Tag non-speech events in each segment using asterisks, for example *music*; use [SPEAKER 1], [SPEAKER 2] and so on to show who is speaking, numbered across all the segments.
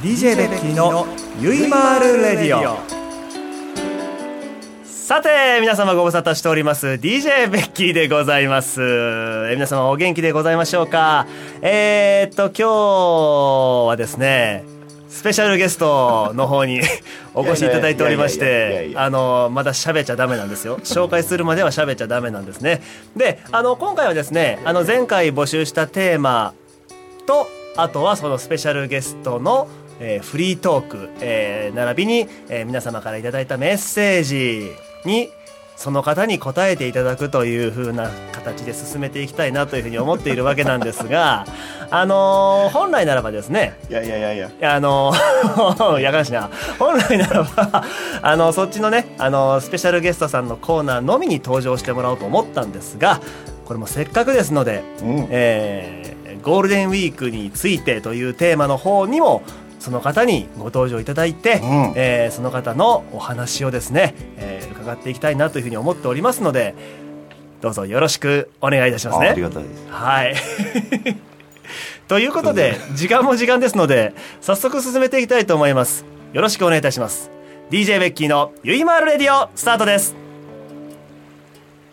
[SPEAKER 1] DJ ベッキーのゆいまるレディオさて皆様ご無沙汰しております DJ ベッキーでございますえ皆様お元気でございましょうかえー、っと今日はですねスペシャルゲストの方に *laughs* お越しいただいておりまし
[SPEAKER 2] いやいやいやいやいや
[SPEAKER 1] て
[SPEAKER 2] いや
[SPEAKER 1] あのまだ喋っちゃダメなんですよ紹介するまでは喋っちゃダメなんですねであの今回はですねあの前回募集したテーマとあとはそのスペシャルゲストの、えーフリートーク、えー並びに、えー皆様からいただいたメッセージにその方に答えていただくという風な形で進めていきたいなというふうに思っているわけなんですが *laughs* あのー本来ならばですね
[SPEAKER 2] いやいやいやいや
[SPEAKER 1] あの *laughs* やかましいな *laughs* 本来ならばあのそっちのねあのスペシャルゲストさんのコーナーのみに登場してもらおうと思ったんですがこれもせっかくですので、
[SPEAKER 2] うん
[SPEAKER 1] えーゴールデンウィークについてというテーマの方にもその方にご登場いただいて、
[SPEAKER 2] うん
[SPEAKER 1] えーその方のお話をですね、えー伺っていきたいなというふうに思っておりますのでどうぞよろしくお願いいたします
[SPEAKER 2] ああり
[SPEAKER 1] ね。
[SPEAKER 2] がたいです
[SPEAKER 1] はい *laughs* ということで時間も時間ですので早速進めていきたいと思いますよろしくお願いいたします DJ ベッキーの「ゆいまーるレディオ」スタートです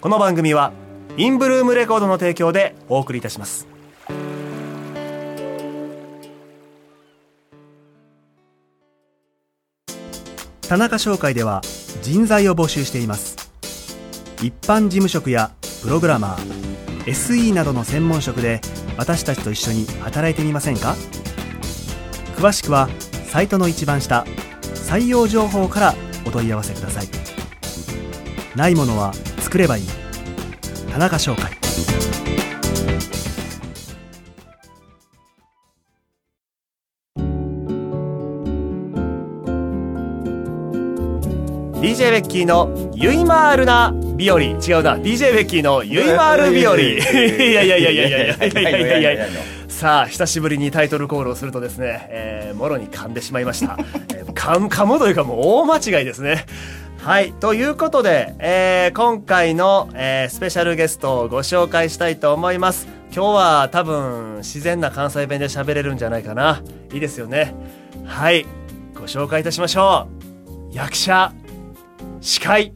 [SPEAKER 1] この番組はインブルームレコードの提供でお送りいたします田中商会では人材を募集しています一般事務職やプログラマー SE などの専門職で私たちと一緒に働いてみませんか詳しくはサイトの一番下採用情報からお問い合わせくださいないものは作ればいい田中商会DJ ベッキーのゆいまーるな日和違うな DJ ベッキーのゆいまーる日和いやいやいやいやいやいやいやいやいやいやさあ久しぶりにタイトルコールをするとですね、えーもろに噛んでしまいました、えー、噛む噛むというかもう大間違いですねはいということで、えー今回の、えースペシャルゲストをご紹介したいと思います今日は多分自然な関西弁で喋れるんじゃないかないいですよねはいご紹介いたしましょう役者司会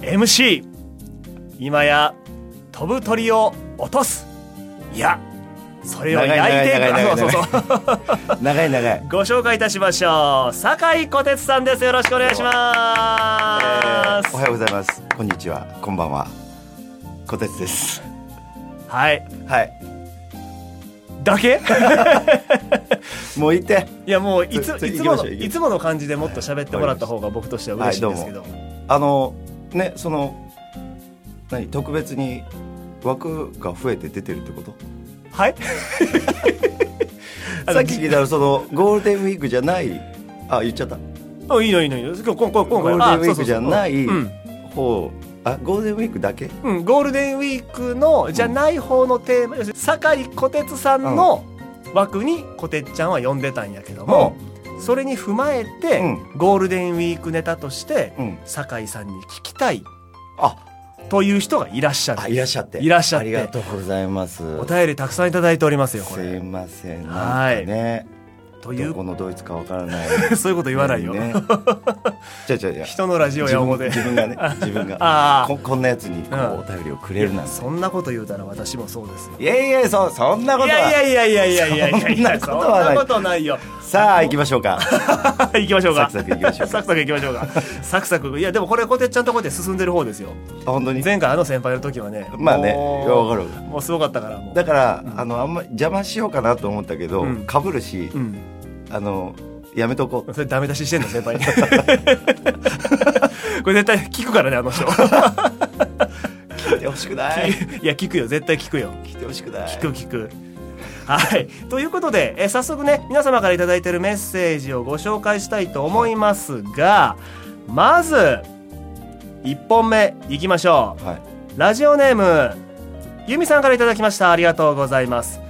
[SPEAKER 1] MC 今や飛ぶ鳥を落とすいやそれを焼いていく
[SPEAKER 2] 長い
[SPEAKER 1] あ
[SPEAKER 2] 長
[SPEAKER 1] そ
[SPEAKER 2] い長い長い
[SPEAKER 1] うそうそう *laughs*
[SPEAKER 2] 長い長い
[SPEAKER 1] ご紹介いたしましょう酒井小鉄さんですよろしくお願いしま
[SPEAKER 2] え
[SPEAKER 1] す、
[SPEAKER 2] ーおはようございますこんにちはこんばんは小鉄です
[SPEAKER 1] はい
[SPEAKER 2] はい
[SPEAKER 1] だ
[SPEAKER 2] *laughs*
[SPEAKER 1] け
[SPEAKER 2] もういて
[SPEAKER 1] いやもういつ
[SPEAKER 2] ちょちょ
[SPEAKER 1] いつも
[SPEAKER 2] 行きましょ
[SPEAKER 1] の
[SPEAKER 2] う行きましょう
[SPEAKER 1] いつもの感じでもっと喋ってもらった方が僕としては嬉しいんですけど、
[SPEAKER 2] あのねその何特別に枠が増えて出てるってこと
[SPEAKER 1] はいあの
[SPEAKER 2] さっき聞いたらそのゴールデンウィークじゃないあ言っちゃった
[SPEAKER 1] あいいのいいのいいの今日今今今回
[SPEAKER 2] ゴールデンウィークじゃな
[SPEAKER 1] あそうそう
[SPEAKER 2] い
[SPEAKER 1] そううん
[SPEAKER 2] 方あゴールデンウィークだけ
[SPEAKER 1] うん、ゴールデンウィークのじゃない方のテーマ、要するに酒井小鉄さんの枠に小鉄ちゃんは呼んでたんやけども、それに踏まえて、
[SPEAKER 2] う
[SPEAKER 1] ゴールデンウィークネタとして
[SPEAKER 2] うん
[SPEAKER 1] 酒井さんに聞きたい
[SPEAKER 2] あ
[SPEAKER 1] という人がいらっしゃ
[SPEAKER 2] あ
[SPEAKER 1] る
[SPEAKER 2] いらっしゃって
[SPEAKER 1] いらっしゃって
[SPEAKER 2] ありがとうございます
[SPEAKER 1] お便りたくさんいただいておりますよこ
[SPEAKER 2] す
[SPEAKER 1] れ
[SPEAKER 2] いません
[SPEAKER 1] は
[SPEAKER 2] なん
[SPEAKER 1] い
[SPEAKER 2] かね
[SPEAKER 1] とい
[SPEAKER 2] ど
[SPEAKER 1] う
[SPEAKER 2] このドイツかわからない
[SPEAKER 1] そういう *laughs* こと言わないよ、 *laughs*
[SPEAKER 2] ねじゃあじゃあじゃあ
[SPEAKER 1] 人のラジオ
[SPEAKER 2] 自
[SPEAKER 1] や思
[SPEAKER 2] 分
[SPEAKER 1] で
[SPEAKER 2] 自
[SPEAKER 1] *laughs*
[SPEAKER 2] 分がね自分
[SPEAKER 1] あ
[SPEAKER 2] が
[SPEAKER 1] ー
[SPEAKER 2] ここんなやつにこ
[SPEAKER 1] うん
[SPEAKER 2] うお便りをくれるなんて
[SPEAKER 1] そんなこと言うたら私もそうですよ
[SPEAKER 2] いやいやそそんなこと
[SPEAKER 1] い
[SPEAKER 2] は
[SPEAKER 1] やいやいやいやいやいやいや
[SPEAKER 2] そんなことはない
[SPEAKER 1] そんなことないよ
[SPEAKER 2] さあ行きましょうか
[SPEAKER 1] 行きましょうか
[SPEAKER 2] サクサク行きましょうか
[SPEAKER 1] *laughs* サクサク行きましょうかサクサクいやでもこれこてっちゃんとこうやって進んでる方ですよ
[SPEAKER 2] あ本当に
[SPEAKER 1] 前回あの先輩の時はね
[SPEAKER 2] まあねいや
[SPEAKER 1] もう
[SPEAKER 2] わかる
[SPEAKER 1] もうすごかったからもう
[SPEAKER 2] だからあのあんまり邪魔しようかなと思ったけど
[SPEAKER 1] うん
[SPEAKER 2] かぶるし
[SPEAKER 1] うん
[SPEAKER 2] あのやめとこ
[SPEAKER 1] *laughs*
[SPEAKER 2] う
[SPEAKER 1] それダメ出ししてんの先輩に *laughs* これ絶対聞くからねあの人
[SPEAKER 2] 聞いてほしくない
[SPEAKER 1] いや聞くよ絶対聞くよ
[SPEAKER 2] 聞いてほしくない
[SPEAKER 1] 聞く聞くはいということで、えー早速ね皆様から頂いただいてるメッセージをご紹介したいと思いますがまず1本目いきましょう
[SPEAKER 2] はい
[SPEAKER 1] ラジオネームゆみさんからいただきましたありがとうございます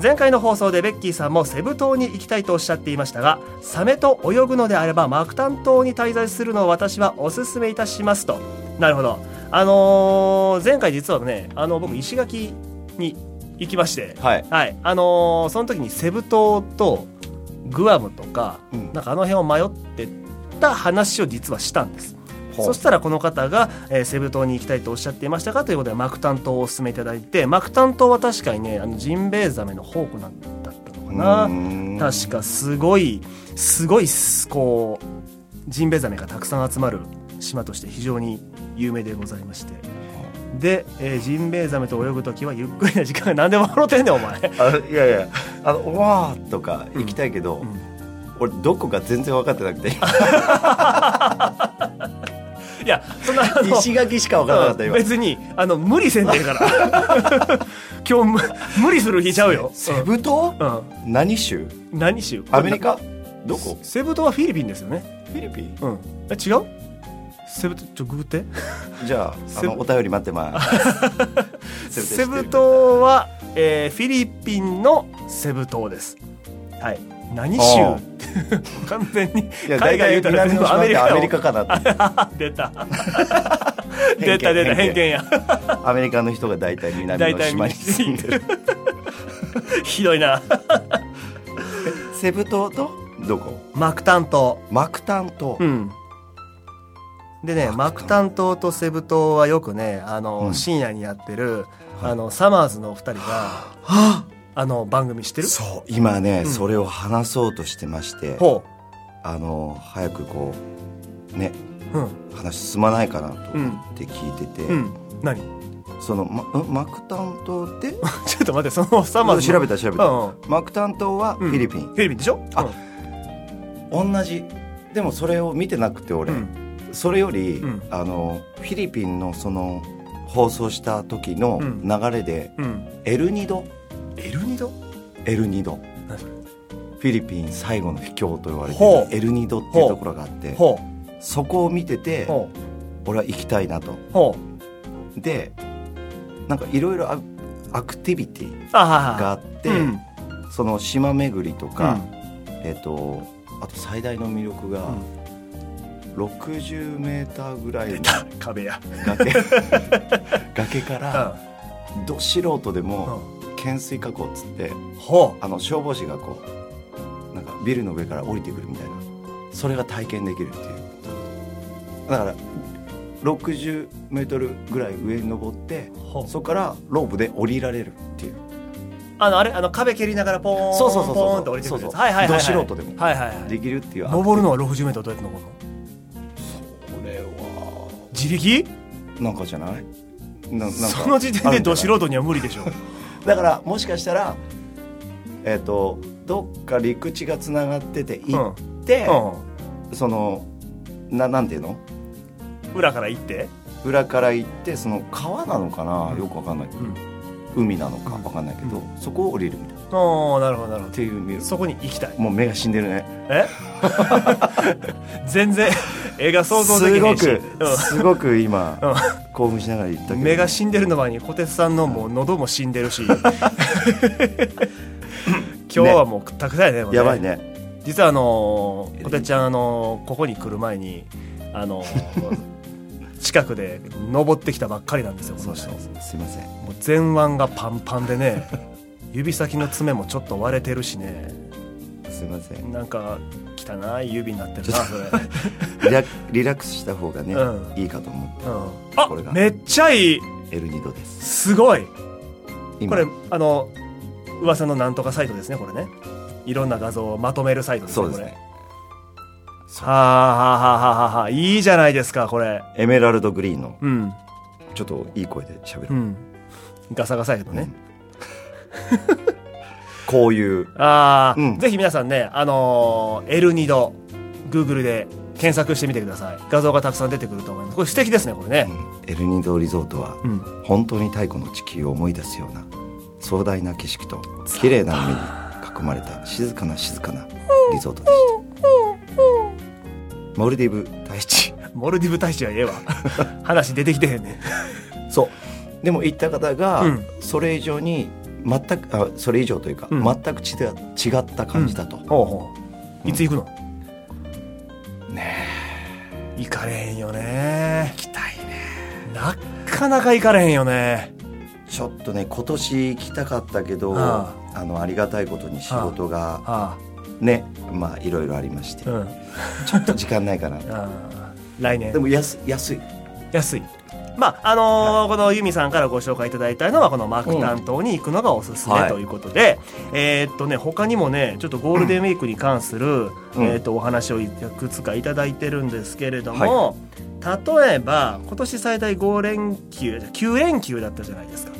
[SPEAKER 1] 前回の放送でベッキーさんもセブ島に行きたいとおっしゃっていましたがサメと泳ぐのであればマクタン島に滞在するのを私はおすすめいたしますとなるほどあのー前回実はねあの僕石垣に行きまして
[SPEAKER 2] はい
[SPEAKER 1] はいあのーその時にセブ島とグアムとか、
[SPEAKER 2] うん
[SPEAKER 1] なんかあの辺を迷ってった話を実はしたんです。
[SPEAKER 2] ほう
[SPEAKER 1] そしたらこの方が、えーセブ島に行きたいとおっしゃっていましたかということでマクタン島をお勧めいただいてマクタン島は確かにねあのジンベエザメの宝庫なんだったのかな、
[SPEAKER 2] うん
[SPEAKER 1] 確かすごいすごいこうジンベエザメがたくさん集まる島として非常に有名でございましてで、えージンベエザメと泳ぐ時はゆっくりな時間が何でも笑ってんねんお前、
[SPEAKER 2] あいやいやあの「うわー」とか行きたいけど、
[SPEAKER 1] うん
[SPEAKER 2] 俺どこか全然分かってなくて
[SPEAKER 1] いやそんなあの
[SPEAKER 2] 石垣しか分からなかった今
[SPEAKER 1] 別にあの無理せんでええから *laughs* 今日む無理する日ちゃうよ、
[SPEAKER 2] *laughs* セブ島
[SPEAKER 1] うんうん
[SPEAKER 2] 何州
[SPEAKER 1] 何州
[SPEAKER 2] アメリカどこ
[SPEAKER 1] セブ島はフィリピンですよね
[SPEAKER 2] フィリピン
[SPEAKER 1] うんえ違うセブ島ちょググ
[SPEAKER 2] *laughs*
[SPEAKER 1] って
[SPEAKER 2] じゃああ
[SPEAKER 1] セブ
[SPEAKER 2] のお便り待ってます
[SPEAKER 1] セブ島は、えーフィリピンのセブ島ですはい何州
[SPEAKER 2] あ
[SPEAKER 1] *laughs* 完全に
[SPEAKER 2] い
[SPEAKER 1] 海
[SPEAKER 2] や
[SPEAKER 1] 外言
[SPEAKER 2] 大体
[SPEAKER 1] うたら全
[SPEAKER 2] 南の
[SPEAKER 1] 部ア
[SPEAKER 2] 島
[SPEAKER 1] メ
[SPEAKER 2] っ
[SPEAKER 1] リ
[SPEAKER 2] て
[SPEAKER 1] カ
[SPEAKER 2] ア
[SPEAKER 1] や
[SPEAKER 2] メリカかなって
[SPEAKER 1] あ *laughs* 出た *laughs* 出た出た偏見や *laughs*
[SPEAKER 2] アメリカの人が大体南
[SPEAKER 1] 大
[SPEAKER 2] の
[SPEAKER 1] 体
[SPEAKER 2] 島
[SPEAKER 1] みん
[SPEAKER 2] に
[SPEAKER 1] な
[SPEAKER 2] 住んでる
[SPEAKER 1] ひどいな
[SPEAKER 2] セブ島とどこ
[SPEAKER 1] マクタン島
[SPEAKER 2] マクタン島、
[SPEAKER 1] うん、でねマクタン島とセブ島はよくねあの、
[SPEAKER 2] うん
[SPEAKER 1] 深夜にやってる、あのサマーズのお二人があの番組してる
[SPEAKER 2] そう今ね、
[SPEAKER 1] うん
[SPEAKER 2] それを話そうとしてまして
[SPEAKER 1] ほ
[SPEAKER 2] あの早くこうね
[SPEAKER 1] ううん
[SPEAKER 2] 話進まないかなと思って聞いてて、
[SPEAKER 1] うん何 *laughs*
[SPEAKER 2] そのママクタン島で
[SPEAKER 1] ちょっと待ってそのサマーズ
[SPEAKER 2] 調べた調べた、
[SPEAKER 1] うんうん
[SPEAKER 2] マクタン島はフィリピ
[SPEAKER 1] フ
[SPEAKER 2] ン、
[SPEAKER 1] ィリピンでしょ
[SPEAKER 2] あ同じでもそれを見てなくて
[SPEAKER 1] う
[SPEAKER 2] 俺、
[SPEAKER 1] ん
[SPEAKER 2] それより、
[SPEAKER 1] うん
[SPEAKER 2] あのフィリピンのその放送した時の
[SPEAKER 1] うん
[SPEAKER 2] 流れで、
[SPEAKER 1] うん、うん、
[SPEAKER 2] エルニド
[SPEAKER 1] エルニド
[SPEAKER 2] エルニド
[SPEAKER 1] 何それ
[SPEAKER 2] フィリピン最後の秘境と言われて
[SPEAKER 1] ほう
[SPEAKER 2] るエルニドっていうところがあって
[SPEAKER 1] ほ
[SPEAKER 2] そこを見てて
[SPEAKER 1] うほ
[SPEAKER 2] 俺は行きたいなと
[SPEAKER 1] うほ
[SPEAKER 2] でなんかいろいろアアクティビティ
[SPEAKER 1] うあはは
[SPEAKER 2] があって、
[SPEAKER 1] うん
[SPEAKER 2] その島巡りとか、えっとあと最大の魅力が、
[SPEAKER 1] うん
[SPEAKER 2] 60m ぐらいの
[SPEAKER 1] うん *laughs* 壁や、
[SPEAKER 2] 崖崖から
[SPEAKER 1] う
[SPEAKER 2] ど素人で
[SPEAKER 1] ん
[SPEAKER 2] も懸垂確保っつって
[SPEAKER 1] ほう
[SPEAKER 2] あの消防士がこうなんかビルの上から降りてくるみたいなそれが体験できるっていうだから60メートルぐらい上に登って
[SPEAKER 1] ほう
[SPEAKER 2] そこからロープで降りられるっていう
[SPEAKER 1] あのあれあの壁蹴りながらポーン
[SPEAKER 2] そうそうそうそう
[SPEAKER 1] ポーンと降りてくるやつ
[SPEAKER 2] そうそう
[SPEAKER 1] はいはいはい、はい、
[SPEAKER 2] ど素人でも
[SPEAKER 1] はいはいはい
[SPEAKER 2] できるっていう
[SPEAKER 1] 登るのは60メートルどうやって登るの
[SPEAKER 2] これは
[SPEAKER 1] 自力
[SPEAKER 2] なんかじゃないななんか
[SPEAKER 1] その時点
[SPEAKER 2] ある
[SPEAKER 1] で
[SPEAKER 2] んじ
[SPEAKER 1] ど
[SPEAKER 2] ゃな
[SPEAKER 1] 素
[SPEAKER 2] い
[SPEAKER 1] 人には無理でしょ
[SPEAKER 2] だからもしかしたらえっ、とどっか陸地がつながってて行って、
[SPEAKER 1] う
[SPEAKER 2] そのななんていうの
[SPEAKER 1] ん、裏から行って、
[SPEAKER 2] 裏から行ってその川なのかなよくわかんないけど、
[SPEAKER 1] うん
[SPEAKER 2] 海なのかわかんないけど、
[SPEAKER 1] う
[SPEAKER 2] そこを降りるみたいなっ
[SPEAKER 1] おーなるほどなるほ
[SPEAKER 2] ていう見る
[SPEAKER 1] どそこに行きたい
[SPEAKER 2] もう目が死んでるね
[SPEAKER 1] え
[SPEAKER 2] *laughs*
[SPEAKER 1] 全然映画想像ですきな
[SPEAKER 2] ご
[SPEAKER 1] いし
[SPEAKER 2] くすごく今、
[SPEAKER 1] うん
[SPEAKER 2] 興奮しながら言ったけ
[SPEAKER 1] う
[SPEAKER 2] ど
[SPEAKER 1] ん、目が死んでるの前に小鉄さんのもう喉も死んで
[SPEAKER 2] *laughs*
[SPEAKER 1] るし今日はもうくったくたやねもうね
[SPEAKER 2] やばいね
[SPEAKER 1] 実はあのー、小鉄ちゃんあのーここに来る前にあ
[SPEAKER 2] *laughs*
[SPEAKER 1] のー近くで登ってきたばっかりなんですよこの人
[SPEAKER 2] すいません
[SPEAKER 1] もう前腕がパンパンでね
[SPEAKER 2] *laughs*
[SPEAKER 1] 指先の爪もちょっと割れてるしね
[SPEAKER 2] すいません
[SPEAKER 1] なんか汚い指になってるなそれ、
[SPEAKER 2] *laughs* リラリラックスした方がね、
[SPEAKER 1] う
[SPEAKER 2] いいかと思う
[SPEAKER 1] うん、
[SPEAKER 2] これ
[SPEAKER 1] あ
[SPEAKER 2] が
[SPEAKER 1] めっちゃいい
[SPEAKER 2] エルニドです
[SPEAKER 1] すごい
[SPEAKER 2] 今
[SPEAKER 1] これあの噂のなんとかサイトですねこれねいろんな画像をまとめるサイトです
[SPEAKER 2] そ
[SPEAKER 1] ね
[SPEAKER 2] うです
[SPEAKER 1] これ
[SPEAKER 2] ね
[SPEAKER 1] はあはあはあはあはあいいじゃないですかこれ
[SPEAKER 2] エメラルドグリーンの
[SPEAKER 1] うん
[SPEAKER 2] ちょっといい声で喋
[SPEAKER 1] う
[SPEAKER 2] る、
[SPEAKER 1] んガサガサやけどね、
[SPEAKER 2] *laughs* こういう
[SPEAKER 1] ああ、
[SPEAKER 2] うん
[SPEAKER 1] ぜひ皆さんね、あのー、エルニド、Google で検索してみてください。画像がたくさん出てくると思います。これ素敵ですね、これね。
[SPEAKER 2] エルニドリゾートは
[SPEAKER 1] うん。
[SPEAKER 2] 本当に太古の地球を思い出すような壮大な景色と綺麗な海に囲まれた静かな静かなリゾートでしたモルディブ大地
[SPEAKER 1] モルディブ大使はええわ。話出てきてへんね。
[SPEAKER 2] そうでも行った方が
[SPEAKER 1] うん
[SPEAKER 2] それ以上に全くあそれ以上というか、
[SPEAKER 1] うん
[SPEAKER 2] 全く違違った感じだと、
[SPEAKER 1] ほうほう。いつ行くの、
[SPEAKER 2] ね
[SPEAKER 1] 行かれへんよね。
[SPEAKER 2] 行きたいね
[SPEAKER 1] なかなか行かれへんよね。
[SPEAKER 2] ちょっとね今年行きたかったけど
[SPEAKER 1] あ
[SPEAKER 2] あのありがたいことに仕事が
[SPEAKER 1] あ
[SPEAKER 2] ねまあいろいろありまして、
[SPEAKER 1] うん
[SPEAKER 2] ちょっと時間ないか *laughs* な
[SPEAKER 1] あー来年
[SPEAKER 2] でも安安い
[SPEAKER 1] 安いまああのーこのユミさんからご紹介いただいたのはこのマーク担当に行くのがおすす
[SPEAKER 2] うんは
[SPEAKER 1] め
[SPEAKER 2] い
[SPEAKER 1] ということで、えーっとね他にもねちょっとゴールデンウィークに関する、
[SPEAKER 2] うん
[SPEAKER 1] えーっとお話をいくつかいただいてるんですけれど
[SPEAKER 2] は
[SPEAKER 1] も、例えば今年最大5連休9連休だったじゃないですか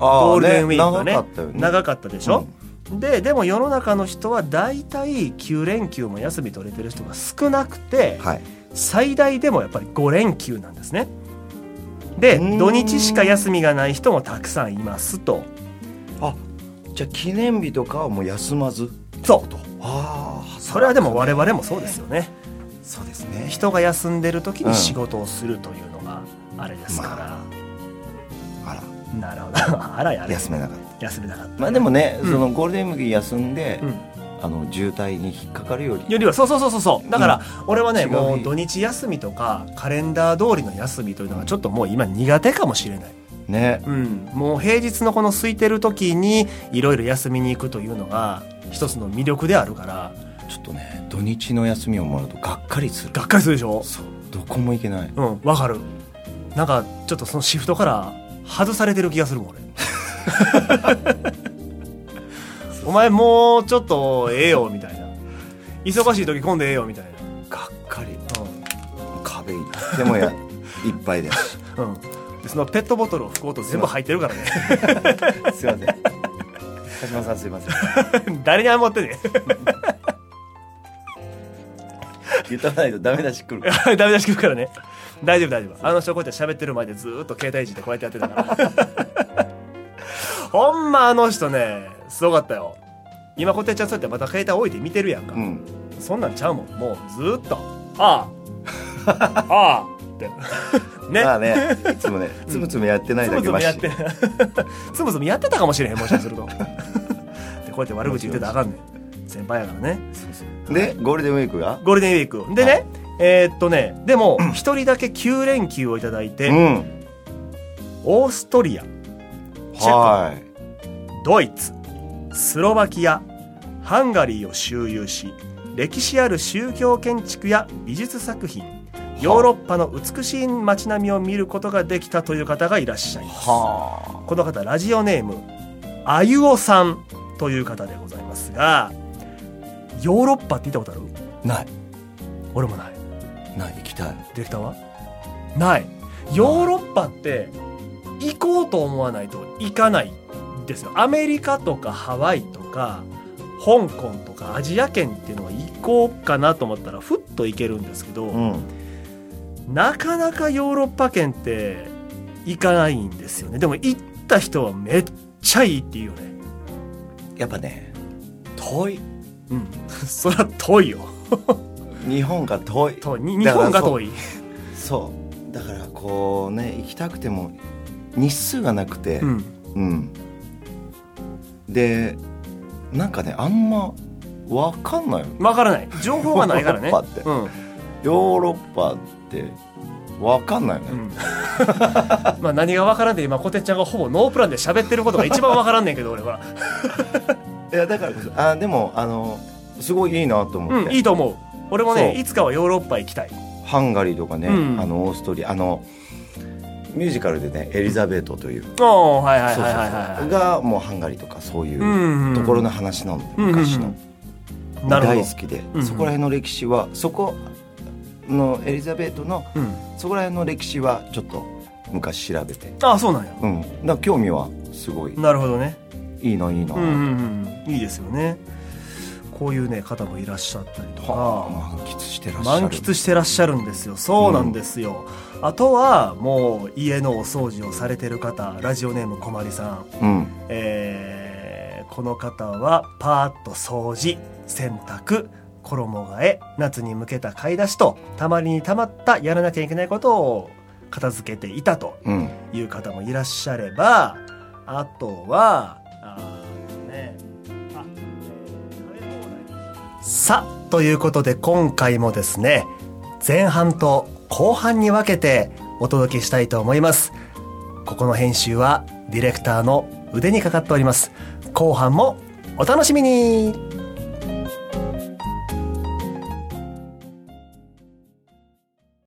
[SPEAKER 1] ゴールデンウィークがね
[SPEAKER 2] 長かったよね
[SPEAKER 1] 長かったでしょ、ででも世の中の人は大体9連休も休み取れてる人が少なくて、
[SPEAKER 2] はい
[SPEAKER 1] 最大でもやっぱり5連休なんですねで
[SPEAKER 2] うーん
[SPEAKER 1] 土日しか休みがない人もたくさんいますと
[SPEAKER 2] あじゃあ記念日とかはもう休まず
[SPEAKER 1] そう
[SPEAKER 2] ああ
[SPEAKER 1] それはでも我々もそうですよね
[SPEAKER 2] そうですね
[SPEAKER 1] 人が休んでる時に仕事をするというのがあれですか
[SPEAKER 2] あ
[SPEAKER 1] ら、なるほど *laughs* あらや
[SPEAKER 2] ら
[SPEAKER 1] れ
[SPEAKER 2] 休めなかった
[SPEAKER 1] 休めなかった
[SPEAKER 2] まあでもね、
[SPEAKER 1] うん
[SPEAKER 2] そのゴールデンウィーク休んで、
[SPEAKER 1] うん
[SPEAKER 2] あの渋滞に引っかかるより
[SPEAKER 1] よりはそうそうそうそうそうだから俺はね、
[SPEAKER 2] 違う日
[SPEAKER 1] もう土日休みとかカレンダー通りの休みというのがちょっともう今苦手かもしれない、
[SPEAKER 2] ね
[SPEAKER 1] うん、もう平日のこの空いてる時にいろいろ休みに行くというのが一つの魅力であるから
[SPEAKER 2] ちょっとね土日の休みをもらうとがっかりする
[SPEAKER 1] がっかりするでしょ
[SPEAKER 2] そうどこも行けない
[SPEAKER 1] うんわかるなんかちょっとそのシフトから外されてる気がする *laughs* もん俺お前もうちょっとええよみたいな忙しい時混んでええよみたい
[SPEAKER 2] がっかり
[SPEAKER 1] な、
[SPEAKER 2] 壁行って *laughs* もやいっぱいだし
[SPEAKER 1] うんうん、でそのペットボトルを拭こうと全部入ってるからね
[SPEAKER 2] すいません鹿島さんすいません
[SPEAKER 1] *laughs* 誰に謝ってね
[SPEAKER 2] 言っとかないとダメだし来る
[SPEAKER 1] *laughs* ダメ出し聞くからね大丈夫大丈夫あの人こうやって喋ってる前でずーっと携帯いじってこうやってやってたから *laughs* ほんまあの人ねすごかったよ今こてっちゃんそうやってまた携帯置いて見てるやんか、
[SPEAKER 2] うん
[SPEAKER 1] そんなんちゃうもんもうずーっとあ *laughs* あああってね
[SPEAKER 2] まあねいつもねつむつむやってない
[SPEAKER 1] つ
[SPEAKER 2] だ
[SPEAKER 1] むつ
[SPEAKER 2] け
[SPEAKER 1] む
[SPEAKER 2] ま
[SPEAKER 1] や
[SPEAKER 2] し
[SPEAKER 1] って *laughs* つむつむやってたかもしれへんもしかする
[SPEAKER 2] *laughs*
[SPEAKER 1] とでこうやって悪口言ってたらあかんねん先輩やからね
[SPEAKER 2] でゴールデンウィークが
[SPEAKER 1] ゴールデンウィーク。でね、
[SPEAKER 2] はい
[SPEAKER 1] えーっとね、でも、一人だけ9連休をいただいて、
[SPEAKER 2] うん
[SPEAKER 1] オーストリア、チェ
[SPEAKER 2] はい
[SPEAKER 1] コ、ドイツ、スロバキア、ハンガリーを周遊し、歴史ある宗教建築や美術作品、ヨーロッパの美しい街並みを見ることができたという方がいらっしゃいます。
[SPEAKER 2] は
[SPEAKER 1] この方、ラジオネーム、あゆおさんという方でございますが、ヨーロッパって言ったことある
[SPEAKER 2] あない
[SPEAKER 1] 俺もない。
[SPEAKER 2] ない行きたい
[SPEAKER 1] ディレクターはないヨーロッパって行こうと思わないと行かないですよアメリカとかハワイとか香港とかアジア圏っていうのは行こうかなと思ったらふっと行けるんですけど、
[SPEAKER 2] うん
[SPEAKER 1] なかなかヨーロッパ圏って行かないんですよねでも行った人はめっちゃいいっていうよね
[SPEAKER 2] やっぱね遠い
[SPEAKER 1] うんそりゃ遠いよ
[SPEAKER 2] 日本が遠い
[SPEAKER 1] 遠いに日本が遠い
[SPEAKER 2] そうだからこうね行きたくても日数がなくて
[SPEAKER 1] う、ん
[SPEAKER 2] うんでなんかねあんま分かんないよ
[SPEAKER 1] わからない情報がないからね
[SPEAKER 2] ヨーロッパって
[SPEAKER 1] うん
[SPEAKER 2] ヨーロッパって分かんないよね、
[SPEAKER 1] うんまあ何が分からんで今こてっちゃんがほぼノープランで喋ってることが一番分からんねんけど俺
[SPEAKER 2] *laughs*
[SPEAKER 1] は
[SPEAKER 2] いやだからこそあでもあのすごいいいなと思って、
[SPEAKER 1] うんいいと思う俺もね
[SPEAKER 2] そう
[SPEAKER 1] いつかはヨーロッパ行きたい
[SPEAKER 2] ハンガリーとかね、
[SPEAKER 1] うん
[SPEAKER 2] あのオーストリアあのミュージカルでねエリザベートという
[SPEAKER 1] ああはいはい
[SPEAKER 2] そうそ
[SPEAKER 1] は
[SPEAKER 2] う
[SPEAKER 1] いはい
[SPEAKER 2] そ
[SPEAKER 1] は
[SPEAKER 2] う
[SPEAKER 1] い
[SPEAKER 2] がもうハンガリーとかそういううん
[SPEAKER 1] うん
[SPEAKER 2] ところの話なので、
[SPEAKER 1] うん
[SPEAKER 2] 昔の、
[SPEAKER 1] うんなるほ
[SPEAKER 2] 大
[SPEAKER 1] ど
[SPEAKER 2] 好きで、
[SPEAKER 1] うん
[SPEAKER 2] そこら辺の歴史はそこのエリザベートの
[SPEAKER 1] うん
[SPEAKER 2] そこら辺の歴史はちょっと昔調べて、
[SPEAKER 1] ああそうなんや
[SPEAKER 2] うん、だから興味はすごい
[SPEAKER 1] なるほどね
[SPEAKER 2] いいないいな、
[SPEAKER 1] うんうんうんいいですよねこういうね方もいらっしゃったりとか
[SPEAKER 2] はあ満喫してらっしゃる
[SPEAKER 1] 満喫してらっしゃるんですよそうなんですよ、あとはもう家のお掃除をされてる方ラジオネームこまりさん
[SPEAKER 2] うん
[SPEAKER 1] えーこの方はパーッと掃除洗濯衣替え夏に向けた買い出しとたまりにたまったやらなきゃいけないことを片付けていたと
[SPEAKER 2] うん
[SPEAKER 1] いう方もいらっしゃればあとはあーねあえー食べ放題さあということで今回もですね前半と後半に分けてお届けしたいと思いますここの編集はディレクターの腕にかかっております後半もお楽しみに